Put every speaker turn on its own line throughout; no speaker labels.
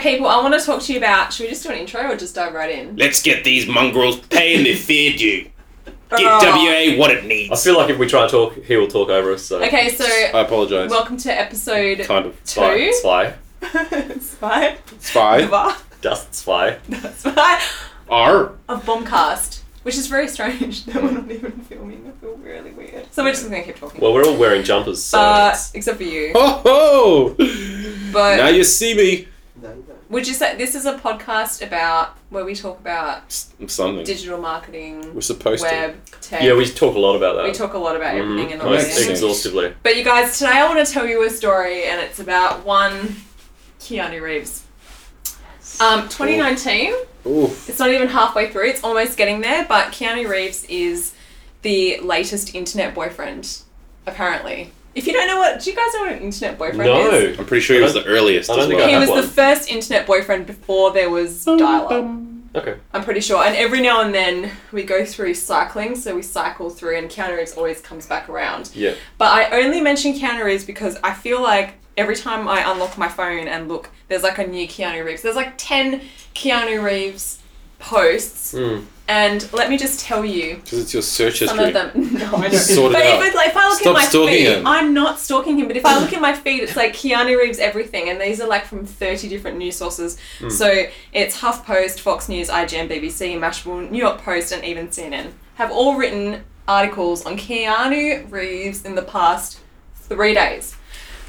people, I want to talk to you about. Should we just do an intro or just dive right in?
Let's get these mongrels paying their fair due. Give
Oh.
WA what it
I
needs.
feel like if we try and talk, he will talk over us. So
Oh. Okay, so
I apologize.
welcome to episode
Kind of.
spy,
two.
spy,
Spy.
Spy.
Spy.
dust spy.
Spy.
R.
Of Bombcast, which is very strange that we're not even filming. I feel really weird. So we're just gonna keep talking.
Well, we're all wearing jumpers, so
but
it's-
except for you.
Oh
But
Now you see me.
would you say this is a podcast about where we talk about
S- Something.
digital marketing,
We're supposed
web, tech?
yeah, we talk a lot about that. Mm-hmm.
We talk a lot about everything and all
Most
that.
Most
things.
exhaustively.
But you guys, today I want to tell you a story, and it's about one Keanu Reeves. Um, 2019.
to. Oof.
It's not even halfway through. It's almost getting there. But Keanu Reeves is the latest internet boyfriend, apparently. If you don't know what, do you guys know what an internet boyfriend is?
No,
I'm pretty sure he was the earliest
I
as
don't think
well.
I
He
have
was
one.
the first internet boyfriend before there was dial-up.
okay.
I'm pretty sure. And every now and then we go through cycling, so we cycle through, and Keanu Reeves always comes back around.
Yeah.
But I only mention Keanu Reeves because I feel like every time I unlock my phone and look, there's like a new Keanu Reeves. There's like 10 Keanu Reeves posts.
Mm.
And let me just tell you
Because it's your search
some
history.
of them. No, I don't.
Sort it
but
out.
if, it, like, if I look
Stop
at my
stalking
feed,
him.
I'm not stalking him, but if I look at my feed, it's like Keanu Reeves everything. And these are like from 30 different news sources.
Hmm.
So it's HuffPost, Fox News, IGN, BBC, Mashable, New York Post, and even CNN have all written articles on Keanu Reeves in the past three days.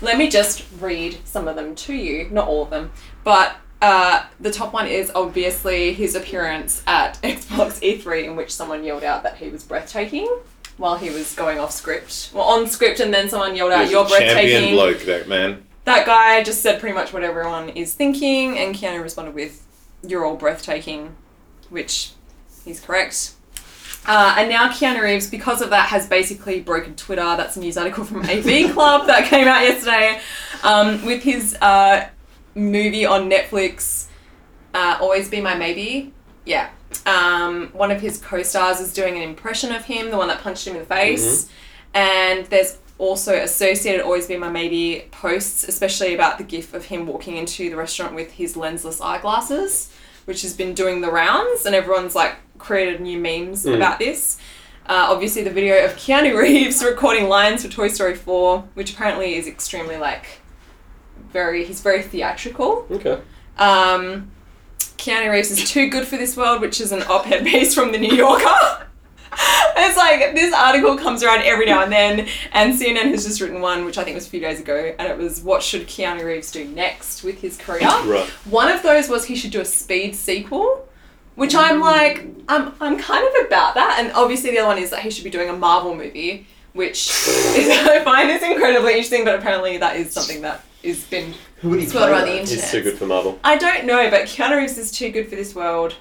Let me just read some of them to you, not all of them, but uh, the top one is obviously his appearance at Xbox E3, in which someone yelled out that he was breathtaking while he was going off script, well, on script, and then someone yelled
He
out,
was
"You're
a champion
breathtaking."
bloke, that man.
That guy just said pretty much what everyone is thinking, and Keanu responded with, You're all breathtaking, which he's correct. Uh, and now Keanu Reeves, because of that, has basically broken Twitter. That's a news article from AV Club that came out yesterday um, with his uh, movie on Netflix, uh, Always Be My Maybe. Yeah. Um, one of his co stars is doing an impression of him, the one that punched him in the face. And there's also associated Always Be My Maybe posts, especially about the gif of him walking into the restaurant with his lensless eyeglasses, which has been doing the rounds, and everyone's like created new memes about this. Uh, obviously, the video of Keanu Reeves recording lines for Toy Story 4, which apparently is extremely like very, he's very theatrical.
Okay.
Um, Keanu Reeves is too good for this world, which is an op-ed piece from the New Yorker. it's like this article comes around every now and then, and CNN has just written one, which I think was a few days ago, and it was what should Keanu Reeves do next with his career?
Right.
One of those was he should do a Speed sequel, which I'm like, I'm I'm kind of about that, and obviously the other one is that he should be doing a Marvel movie, which is, I find is incredibly interesting, but apparently that is something that is been
Who would he
swirled around the
play? though?
internet.
He's too good for Marvel.
I don't know, but Keanu Reeves is too good for this world.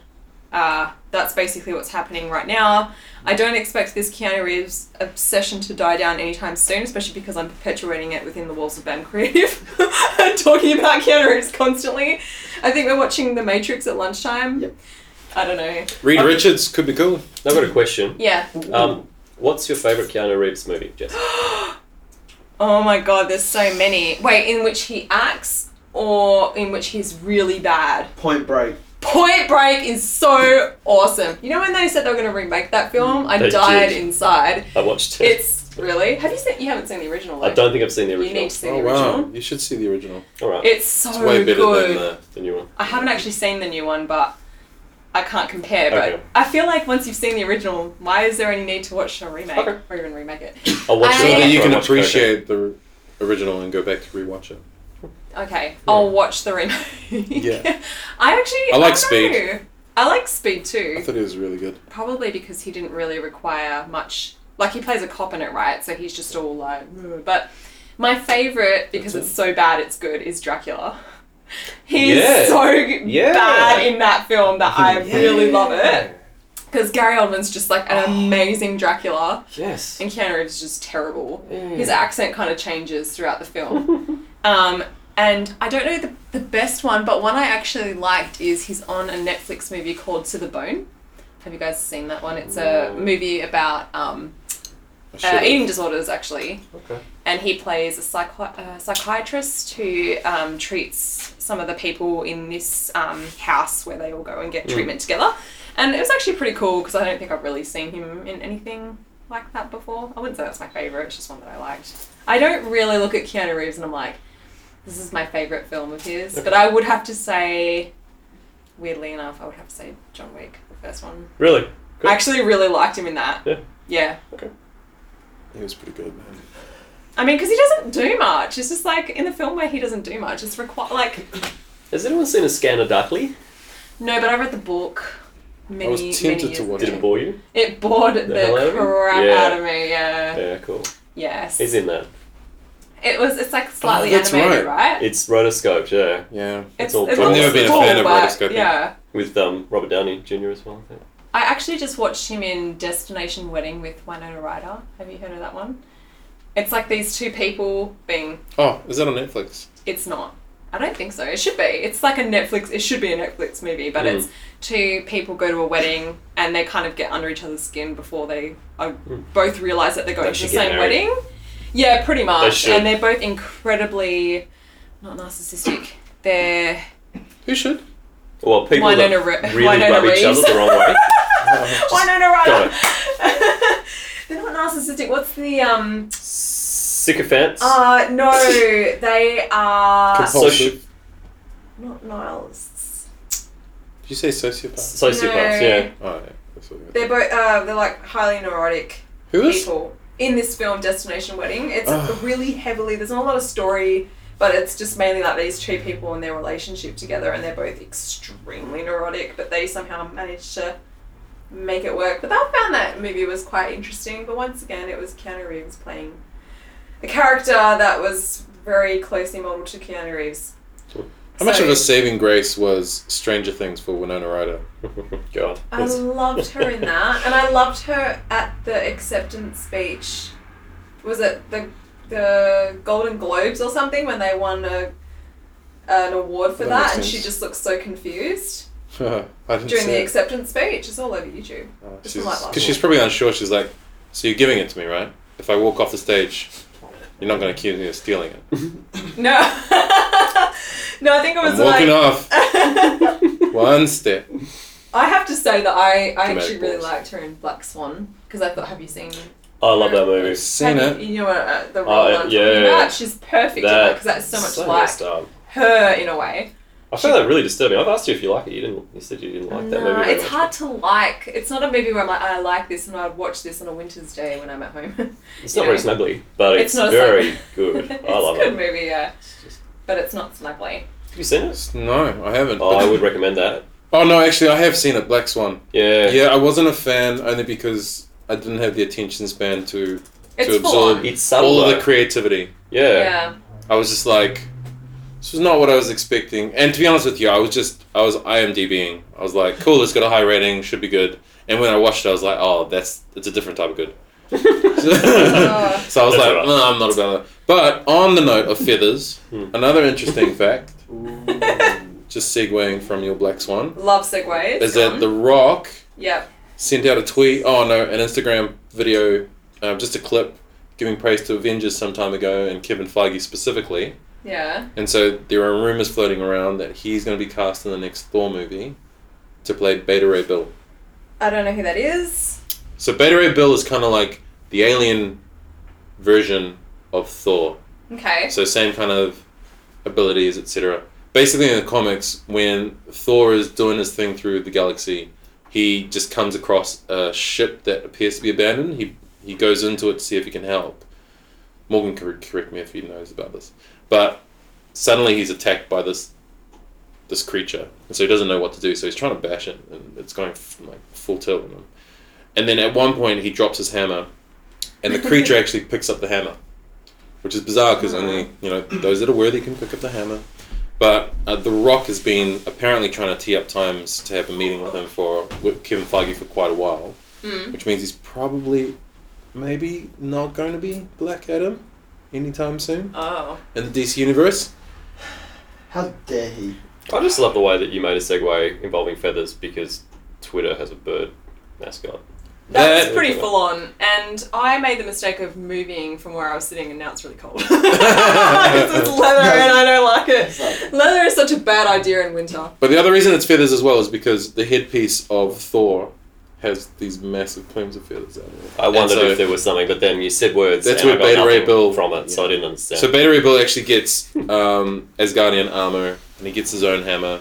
Uh, that's basically what's happening right now. I don't expect this Keanu Reeves obsession to die down anytime soon, especially because I'm perpetuating it within the walls of BAM Creative and talking about Keanu Reeves constantly. I think we're watching The Matrix at lunchtime.
Yep.
I don't know.
Reed Richards could be cool.
I've got a question.
Yeah.
Um, what's your favourite Keanu Reeves movie, Jess?
Oh my god, there's so many. Wait, in which he acts or in which he's really bad?
Point Break.
Point Break is so awesome. You know when they said they were going to remake that film? I
They
died
did.
inside.
I watched it.
It's really. Have you seen? You haven't seen the original.
I
though.
don't think I've seen the
You
original.
need to see
Oh,
the original.
wow. You should see the original.
All right. uh,
It's so
It's way better
good.
than
the, the new one.
I haven't actually seen the new one, but I can't compare. But
Okay.
I feel like once you've seen the original, why is there any need to watch a remake
Okay.
or even remake it?
I'll watch
I-
it
So that
after
you
I
can
watch Coco.
appreciate the original and go back to rewatch it.
Okay, I'll watch the remake.
Yeah.
I actually.
I like
don't
Speed.
know. I like Speed too.
I thought it was really good.
probably because he didn't really require much. Like he plays a cop in it, right? So he's just all like. "Ugh." But my favorite, because it's so bad, it's good, is Dracula. He's
Yeah.
so
Yeah.
bad in that film that I really love
Yeah. Oh.
it. Because Gary Oldman's just like an amazing Dracula,
Yes.
and Keanu Reeves is just terrible.
Mm.
His accent kind of changes throughout the film. um, and I don't know the, the best one, but one I actually liked is he's on a Netflix movie called To the Bone. Have you guys seen that one? It's a
No.
movie about um,
I
uh,
should've.
eating disorders actually,
Okay.
and he plays a psychi- uh, psychiatrist who um, treats some of the people in this um, house where they all go and
Hmm.
get treatment together. And it was actually pretty cool because I don't think I've really seen him in anything like that before. I wouldn't say that's my favorite; it's just one that I liked. I don't really look at Keanu Reeves and I'm like, this is my favorite film of his. But I would have to say, weirdly enough, I would have to say John Wick, the first one.
Really? Good.
I actually really liked him in that.
Yeah.
Yeah.
He was pretty good, man.
I mean, because he doesn't do much. It's just like in the film where he doesn't do much. It's required. Like,
Has anyone seen a Scanner Darkly?
no, but I read the book many,
I was tempted
many years
to watch
ago.
Did it bore you?
It bored the,
hell out of you?
crap
Yeah.
out of me. Yeah.
Yeah, cool.
Yes.
He's in that.
It was. It's like slightly
that's
animated,
right.
right?
It's rotoscoped, yeah.
Yeah.
It's,
all
it
I've
looks
never been a
cool,
fan of
but-
rotoscoping.
Yeah.
With um, Robert Downey Jr. as well, I think.
I actually just watched him in Destination Wedding with Winona Ryder. Have you heard of that one? It's like these two people being.
Oh, is that on Netflix?
It's not. I don't think so. It should be. It's like a Netflix. It should be a Netflix movie, but
Mm.
it's two people go to a wedding and they kind of get under each other's skin before they are both realize that they're going
Hmm. They
to the
should get
same
married.
wedding. Yeah, pretty much.
should.
and they're both incredibly not narcissistic. They're
Who should?
Well, people
Winona
that
Re-
really
Winona
rub each
Reeves.
other the wrong way.
Winona
got
Ryder. they're not narcissistic. What's the um?
Sycophants.
Uh no, they
Uh,
are
Compul-
Compulsive.
not nihilists.
Did you say sociopath?
Sociopaths,
No.
yeah.
Oh, yeah. That's what it is.
They're both uh, they're like highly neurotic.
Who is?
people in this film Destination Wedding. It's
Ugh.
really heavily there's not a lot of story, but it's just mainly like these two people and their relationship together and they're both extremely neurotic, but they somehow manage to make it work. But I found that movie was quite interesting, but once again it was Keanu Reeves playing a character that was very closely modeled to Keanu Reeves.
How much
So-
of a saving grace was Stranger Things for Winona Ryder?
God.
I loved her in that, and I loved her at the acceptance speech. Was it the the Golden Globes or something when they won a, an award for
That
that,
makes
and she
sense.
just looks so confused
I didn't
during
see
the
it.
acceptance speech. It's all over YouTube.
Oh,
It's
she's-
not like
Cause she's probably unsure. She's like, "So you're giving it to me, right? If I walk off the stage, you're not going to accuse me of stealing it.
No, no, I think it
I'm
was
walking
like.
off one step."
I have to say that I, I
Dramatic
actually really
pause.
liked her in Black Swan because I thought, have you seen?
I love that movie.
Oh,
I've seen
have
it.
you, you know uh, the role
Oh,
that I'm talking
yeah, yeah, yeah.
about? She's perfect because that's so much like
messed up.
her in a way.
I found that really disturbing. I've asked you if you like it. You didn't. You said you didn't like
No,
that movie. very
it's
much.
hard to like. It's not a movie where I'm like, I like this and I'd watch this on a winter's day when I'm at home.
It's not
you
very
know.
snuggly, but
It's
it's,
not a
very good.
it's
I love
a good
it.
movie, yeah,
It's just-
but it's not snuggly.
Have you seen it?
No, I haven't.
Oh, I would recommend that.
Oh no, actually, I have seen it. Black Swan.
Yeah.
Yeah, I wasn't a fan only because I didn't have the attention span to
It's
to
full
absorb
on.
It's subtle.
all of
though.
the creativity.
yeah.
Yeah.
I was just like, this was not what I was expecting. And to be honest with you, I was just, I was IMDBing. I was like, cool, it's got a high rating, should be good. And when I watched it, I was like, oh, that's, it's a different type of good. so
Oh,
I was
That's
like,
alright.
no, I'm not about it. But on the note of feathers,
Hmm.
another interesting fact, just segueing from your Black Swan,
Love segues.
is
go
that
on.
The Rock
Yep.
sent out a tweet. Oh no, an Instagram video, um, just a clip giving praise to Avengers some time ago and Kevin Feige specifically.
Yeah.
And so there are rumors floating around that he's going to be cast in the next Thor movie to play Beta Ray Bill.
I don't know who that is.
So Beta Ray Bill is kind of like the alien version of Thor.
Okay.
So same kind of abilities, etc. Basically, in the comics, when Thor is doing his thing through the galaxy, he just comes across a ship that appears to be abandoned. He he goes into it to see if he can help. Morgan can correct me if he knows about this, but suddenly he's attacked by this this creature, and so he doesn't know what to do. So he's trying to bash it, and it's going f- like full tilt on him. And then at one point, he drops his hammer, and the creature actually picks up the hammer which is bizarre because only you know those that are worthy can pick up the hammer. But uh, The Rock has been apparently trying to tee up times to have a meeting with him for with Kevin Feige for quite a while,
Mm.
which means he's probably maybe not going to be Black Adam anytime soon
Oh.
in the DC universe.
How dare he?
I just love the way that you made a segue involving feathers because Twitter has a bird mascot.
That was
That-
pretty full on, and I made the mistake of moving from where I was sitting, and now it's really cold. it's leather, and I don't like
It's like-
it. Leather is such a bad idea in winter.
But the other reason it's feathers as well is because the headpiece of Thor has these massive plumes of feathers out of it.
I
And
wondered
so-
if there was something, but then you said words.
That's
and
where
I got
Beta Ray
nothing
Bill-
from it, so I didn't understand.
So Beta Ray Bill actually gets um, Asgardian armor, and he gets his own hammer.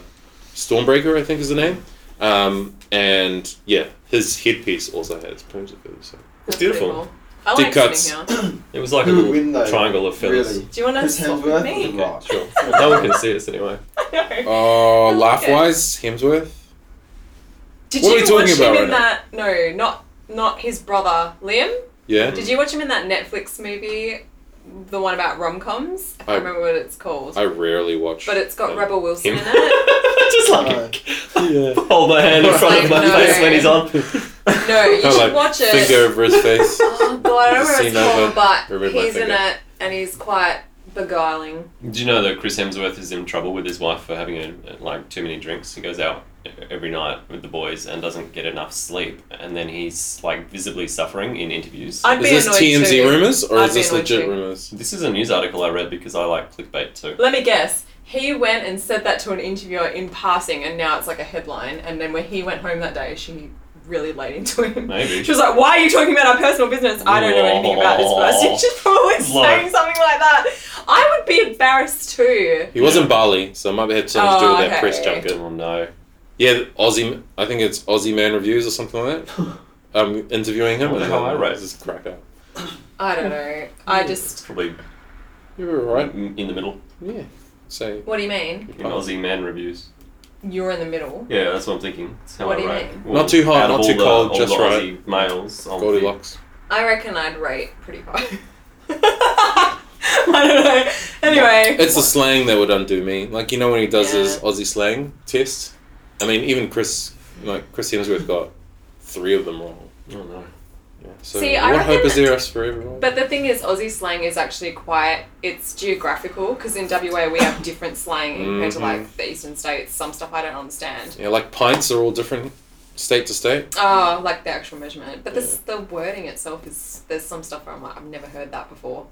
Stormbreaker, I think, is the name. Um, and yeah, his headpiece also has plumes of feathers. So.
That's
Beautiful.
pretty cool. I
Deep
like
cuts.
sitting here.
it was like a
Who
little
would win though?
triangle of feathers.
Really?
Do you want to
Chris
swap with
Hemsworth or The
me?
Rock?
Sure. no one can see us anyway.
I know.
Oh,
I like
laugh wise, Hemsworth.
Did
What are
you
we talking
watch
about
him in
right
that? No, not not his brother Liam.
Yeah.
Did you watch him in that Netflix movie, the one about rom coms? I
I-
can't remember what it's called,
I rarely watch.
but it's got
um,
Rebel Wilson
Him.
in it.
Just like
yeah.
hold my hand in front of my
Like, no.
face when he's on. Oh,
No, you
I
should
like
watch it.
Finger over his face.
Oh god, I don't remember what
Seen over.
it's called, but
Remember my
he's in
finger.
it and he's quite beguiling.
Do you know that Chris Hemsworth is in trouble with his wife for having uh like too many drinks? He goes out every night with the boys and doesn't get enough sleep, and then he's like visibly suffering in interviews.
I'd
Is
be
this
annoyed
TMZ
too.
rumors or
I'd
is
be
this
annoyed
legit
too.
rumors?
This is a news article I read because I like clickbait too.
Let me guess. He went and said that to an interviewer in passing, and now it's like a headline. And then when he went home that day, she really laid into him.
Maybe.
She was like, "Why are you talking about our personal business? I don't know anything about this person." She's probably saying
Like-
something like that. I would be embarrassed too.
He was in Bali, so it might have had something to do
Oh,
with that
okay.
press
Good
junket.
one, no.
Yeah, the Aussie. I think it's Aussie Man Reviews or something like that. I'm interviewing him.
What the
and
hell
then
I wrote?
This is crack up.
I don't know. I just.
Probably
You were
right
right.
in the middle.
Yeah. So
What do you mean?
In Aussie man reviews.
You're in the middle.
Yeah, that's what I'm thinking. That's how
What
I
do you
write.
mean?
Well,
Not too hot,
out of
not
all
too
the-
cold,
all
just
the
right.
Aussie males. I'll be-
Goldilocks.
I reckon I'd rate pretty high. I don't know. Anyway.
It's the slang that would undo me. Like you know when he does his
Yeah.
Aussie slang test. I mean, even Chris, like Chris Hemsworth, got three of them wrong.
Oh no.
Yeah. So
See, I
what hope
reckon-
is there for everyone?
But the thing is, Aussie slang is actually quite, it's geographical, because in WA we have different slang compared to
Mm-hmm.
like the eastern states, some stuff I don't understand.
yeah, like pints are all different state to state.
Oh, like the actual measurement. But this, the wording itself is, there's some stuff where I'm like, I've never heard that before.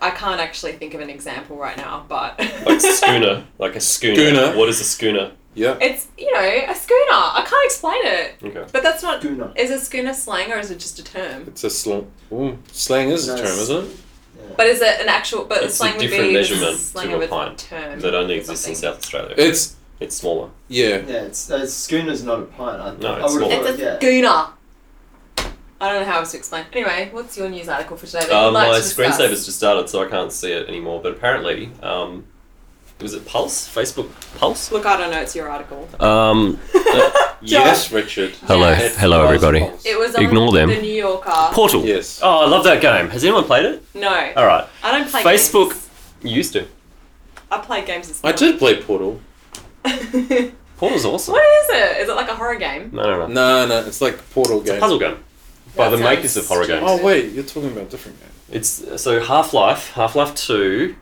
I can't actually think of an example right now, but.
Like schooner. Like a schooner.
Schooner.
What is a schooner?
Yeah.
It's, you know, a schooner. I can't explain it.
Okay.
But that's not,
Do not.
is a schooner slang or is it just a term?
It's a slang. Slang is a
No,
term,
it's-
isn't it?
But is it an actual? But
It's a
the slang
different
would be
measurement
the
to
slang
a
of a
pint
term
That only
or
exists in
something.
South Australia.
It's
it's smaller.
yeah.
Yeah, it's, uh, schooner's not a pint. I,
No,
I
it's
would've
not.
thought,
It's a
yeah.
schooner. I don't know how else to explain. Anyway, what's your news article for today? That
Uh,
you'd like
my
to discuss?
screensaver's just started, so I can't see it anymore. But apparently, um, was it Pulse? Facebook Pulse?
Look, I don't know. It's your article.
Um,
Yes, Richard.
Hello.
Yes.
Hello,
Yes.
everybody.
It was on
Ignore them.
the New Yorker.
Portal.
Yes.
Oh, I love that game. Has anyone played it?
no,
All right.
I don't play
Facebook-
Games.
You used to.
I play games. As
I did play Portal.
Portal's awesome.
what is it? Is it like a horror game?
No, no, no.
No, no, it's like Portal
Oh. It's a
game.
puzzle game by the makers of horror games.
Oh wait, you're talking about a different game.
It's so Half Life, Half Life Two,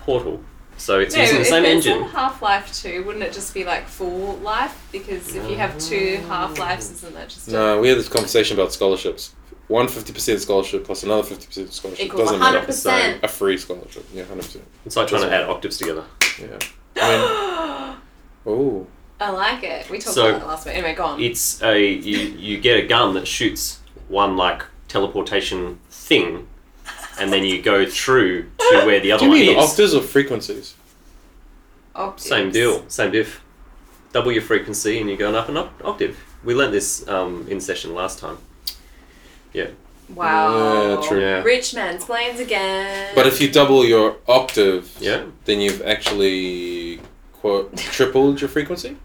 Portal. So it's using the same engine.
Half Life Two, wouldn't it just be like Full Life? Because if you have two Half Lives, isn't that just a-
No, we had this conversation about scholarships. One fifty percent scholarship plus another fifty percent scholarship
equals
doesn't matter.
100%?
A free scholarship. Yeah, hundred percent.
It's like trying to add octaves together.
Yeah. I mean, oh,
I like it. We talked
So-
about that last week. Anyway, go on.
It's a you, you get a gun that shoots one like teleportation thing, and then you go through to where the
do
other
you
one
mean
is.
octaves or frequencies?
Oh,
Same
yes.
deal, same diff. Double your frequency, and you're going up an oct- octave. We learnt this um, in session last time.
Wow.
Yeah, true.
Yeah.
Rich man's planes again.
But if you double your octave,
Yeah.
then you've actually quote tripled your frequency.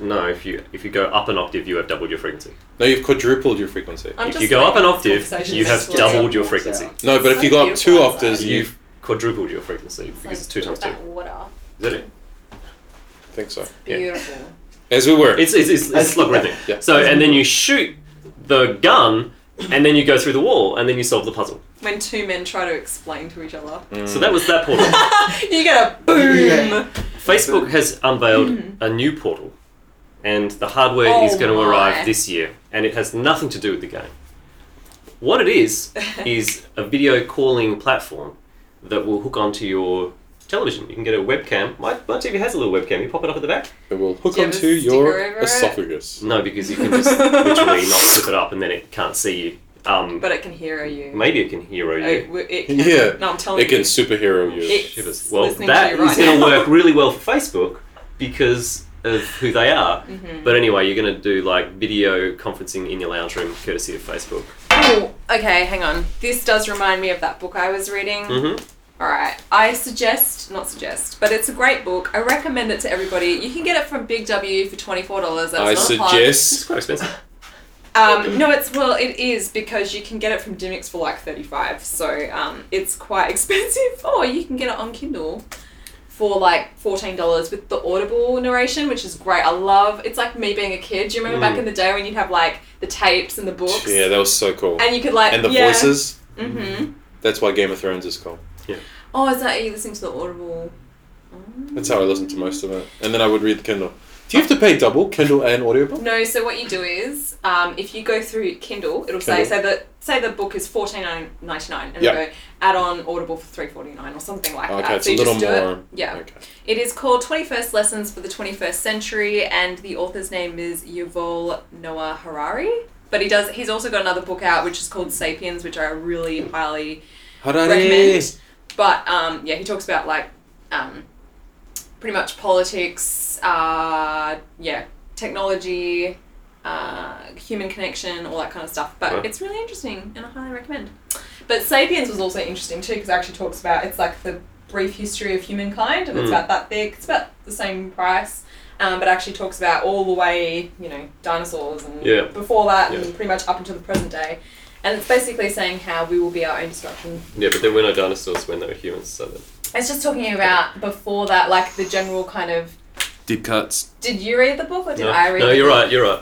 No, if you if you go up an octave, you have doubled your frequency.
No, you've quadrupled your frequency.
I'm
if
just
you go up an
making
octave,
conversations
you have
with
doubled your
Yeah.
frequency.
No, but if
So
you go up two
beautiful outside.
octaves, you
You've quadrupled your frequency because it's two times two. Is
That water.
that it?
think so.
Yeah.
Beautiful.
As we were.
It's it's it's, it's
That's-
logarithmic.
yeah.
So and then you shoot the gun, and then you go through the wall, and then you solve the puzzle.
When two men try to explain to each other,
Mm.
So that was that portal.
you get a boom.
Yeah.
Mm.
Facebook has unveiled a new portal and the hardware
Oh
is going to
my.
arrive this year, and it has nothing to do with the game. What it is is a video calling platform that will hook onto your television. You can get a webcam. My, my TV has a little webcam. You pop it up at the back.
It will hook
Do you have a
onto
sticker
your
over it?
esophagus.
No, because you can just literally not flip it up, and then it can't see you. Um,
But it can hear you. Oh,
maybe it can hero you.
It, w- it can,
Yeah.
No, I'm telling
It can
you.
superhero you.
Oh, It's
Shivers. Well,
listening to
that is
you right
going to
now.
work really well for Facebook because of who they are.
Mhm.
But anyway, you're going to do like video conferencing in your lounge room, courtesy of Facebook.
Oh, okay, hang on. This does remind me of that book I was reading.
Mm-hmm.
All right. I suggest, not suggest, but it's a great book. I recommend it to everybody. You can get it from Big W for $24. That's not a
I
plug.
It's
suggest
quite expensive.
Mm-hmm.
Um, no, it's well, it is because you can get it from Dimmix for like thirty-five, so um, it's quite expensive. Or you can get it on Kindle for like fourteen dollars with the Audible narration, which is great. I love. It's like me being a kid. Do you remember back in the day when you'd have like the tapes and the books?
Mm. Yeah, that was so cool.
And you could like
And the
yeah.
voices,
Mm-hmm.
that's why Game of Thrones is cool.
Oh, is that are you listening to the Audible?
That's how I listened to most of it. And then I would read the Kindle. Do you have to pay double, Kindle and audiobook?
No, so what you do is, um, if you go through Kindle, it'll say
Kindle.
say that say the book is fourteen ninety nine, and
Yeah.
it'll go add on Audible for three forty nine or something like
Okay,
that.
it's
so
a
you
little
just do it.
more.
Yeah,
Okay.
it is called Twenty First Lessons for the Twenty First Century, and the author's name is Yuval Noah Harari. But he does. He's also got another book out which is called Sapiens, which I really highly recommend.
Harare.
But um, yeah, he talks about like um, pretty much politics, uh, yeah, technology, uh, human connection, all that kind of stuff. But
Right.
it's really interesting, and I highly recommend. But *Sapiens* was also interesting too because it actually talks about it's like the brief history of humankind, and it's
Mm.
about that thick. It's about the same price. Um, but actually talks about all the way, you know, dinosaurs and
Yeah.
before that
Yeah.
and pretty much up until the present day. And it's basically saying how we will be our own destruction
Yeah, but there were no dinosaurs when they were humans, so that
it's just talking about before that, like the general kind of.
Deep cuts.
Did you read the book or did
no,
I read?
no,
the
you're
book?
right, you're right.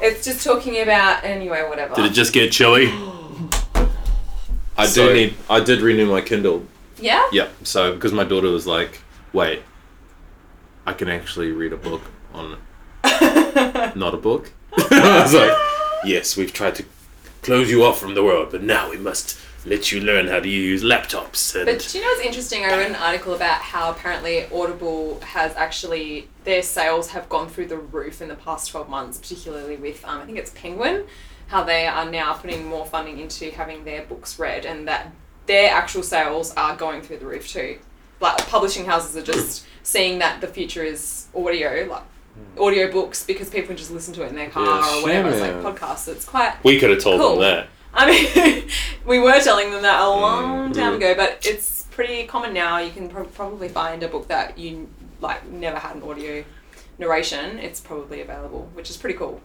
It's just talking about anyway, whatever.
Did it just get chilly?
I do
So-
need. I did renew my Kindle.
yeah.
Yeah. So because my daughter was like, "Wait, I can actually read a book on not a book." I was like,
Yes, we've tried to close you off from the world, but now we must let you learn how to use laptops and.
But do you know what's interesting? I read an article about how apparently Audible has actually their sales have gone through the roof in the past twelve months, particularly with um, I think it's Penguin, how they are now putting more funding into having their books read, and that their actual sales are going through the roof too. Like publishing houses are just seeing that the future is audio, like audio books, because people can just listen to it in their car
Yeah,
or whatever. It's like
shame,
podcasts. So it's quite
we could have told
Cool.
them that.
I mean, we were telling them that a long time ago, but it's pretty common now. You can pro- probably find a book that you like never had an audio narration. It's probably available, which is pretty cool.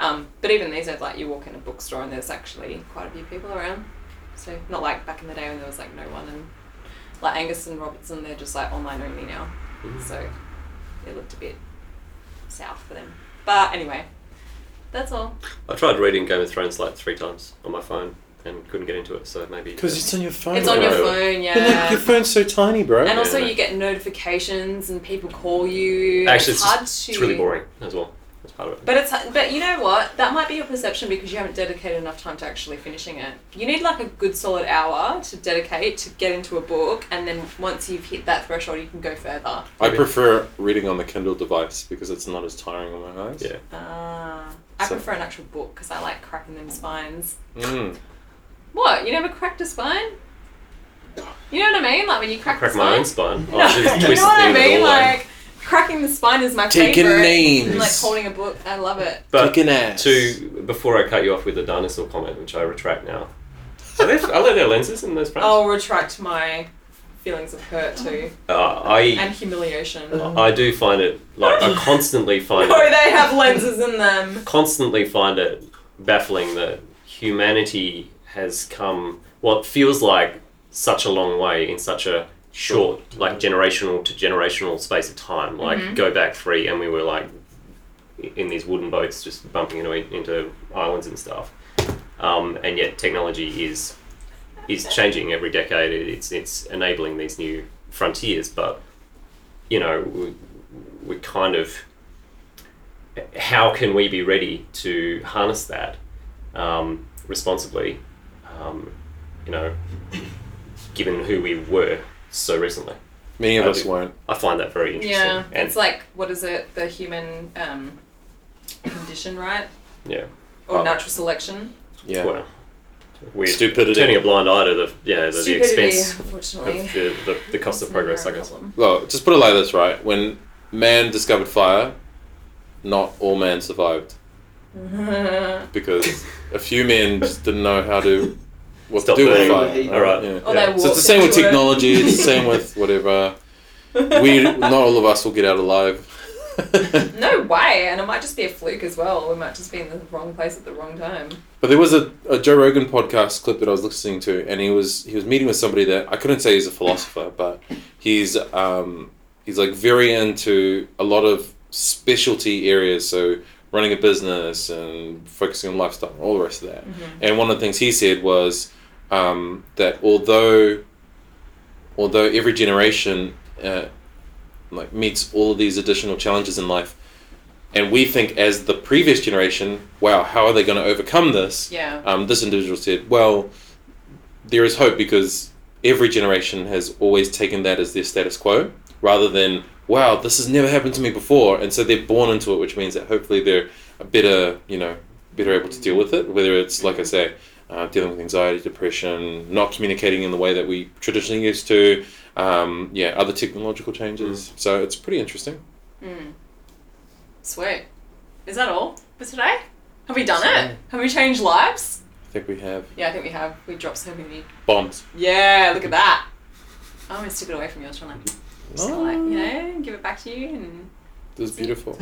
Um, but even these days, like you walk in a bookstore and there's actually quite a few people around. So not like back in the day when there was like no one and like Angus and Robertson, they're just like online only now. So it looked a bit south for them. But anyway, that's all.
I tried reading Game of Thrones like three times on my phone and couldn't get into it, so maybe.
"Because it's on your phone."
It's on your
bro.
phone, yeah.
But like, your phone's so tiny, bro.
And also,
Yeah.
you get notifications and people call you.
Actually, it's,
hard
just,
to.
it's really boring as well. That's part of it.
But it's but you know what? That might be your perception because you haven't dedicated enough time to actually finishing it. You need like a good solid hour to dedicate to get into a book, and then once you've hit that threshold, you can go further.
I prefer reading on the Kindle device because it's not as tiring on my eyes.
Yeah.
Ah, I
So-
prefer an actual book because I like cracking them spines.
Mm.
What? You never cracked a spine? You know what I mean? Like when you crack,
Crack
the
my
spine.
own spine.
No,
Oh, I should just
you
twist
know what I
the thing
mean?
all over.
Like cracking the spine is my
Taking
favorite.
names.
And, like holding a book, I love it.
But
Kicking ass.
to before I cut you off with the dinosaur comment, which I retract now. Are there, are there lenses in those frames?
I'll retract my feelings of hurt too
Uh, I
and humiliation.
Oh.
No,
I do find it like I constantly find it
they have lenses in them.
constantly find it baffling that humanity has come what feels like such a long way in such a short like generational to generational space of time like go back three and we were like in these wooden boats just bumping into, into islands and stuff um, and yet technology is is changing every decade It- it's it's enabling these new frontiers but you know we, we're kind of how can we be ready to harness that um, responsibly? Um, you know, given who we were so recently,
Many of
I
us
do.
won't.
I find that very interesting.
Yeah,
and
it's like what is it? The human um, condition, right?
yeah,
Or
Oh.
natural selection?
Yeah.
well, we're
Stupidity.
turning a blind eye to the yeah the, the
Stupidity,
expense of
unfortunately.
the, the, the cost of
It's never
progress,
a
I guess.
problem.
Well, just put it like this, right? When man discovered fire, not all man survived because a few men just didn't know how to what
Stop
to do with
burning.
fire.
All right.
Yeah.
Or
Yeah.
they
So it's the
warped
same with
into Oh, it.
technology. It's the same with whatever. We not all of us will get out alive.
No way, and it might just be a fluke as well. We might just be in the wrong place at the wrong time.
But there was a, a Joe Rogan podcast clip that I was listening to, and he was he was meeting with somebody that I couldn't say he's a philosopher, but he's um, he's like very into a lot of specialty areas, so running a business and focusing on lifestyle and all the rest of that. And one of the things he said was um, that although although every generation uh, like meets all of these additional challenges in life, and we think as the previous generation, wow, how are they going to overcome this?
Yeah.
Um, this individual said, well, there is hope because every generation has always taken that as their status quo rather than, wow, this has never happened to me before. And so they're born into it, which means that hopefully they're a better, you know, better able to deal with it, whether it's, like I say, uh, dealing with anxiety, depression, not communicating in the way that we traditionally used to, um, yeah, other technological changes. So it's pretty interesting.
Hmm. Sweet. Is that all for today? Have we done it? Have we changed lives?
I think we have
Yeah, I think we have. We dropped so many.
bombs.
Yeah, look at that. Oh. I'm gonna stick it away from yours, shall I? Just kinda like, you know, give it back to you and.
This is beautiful.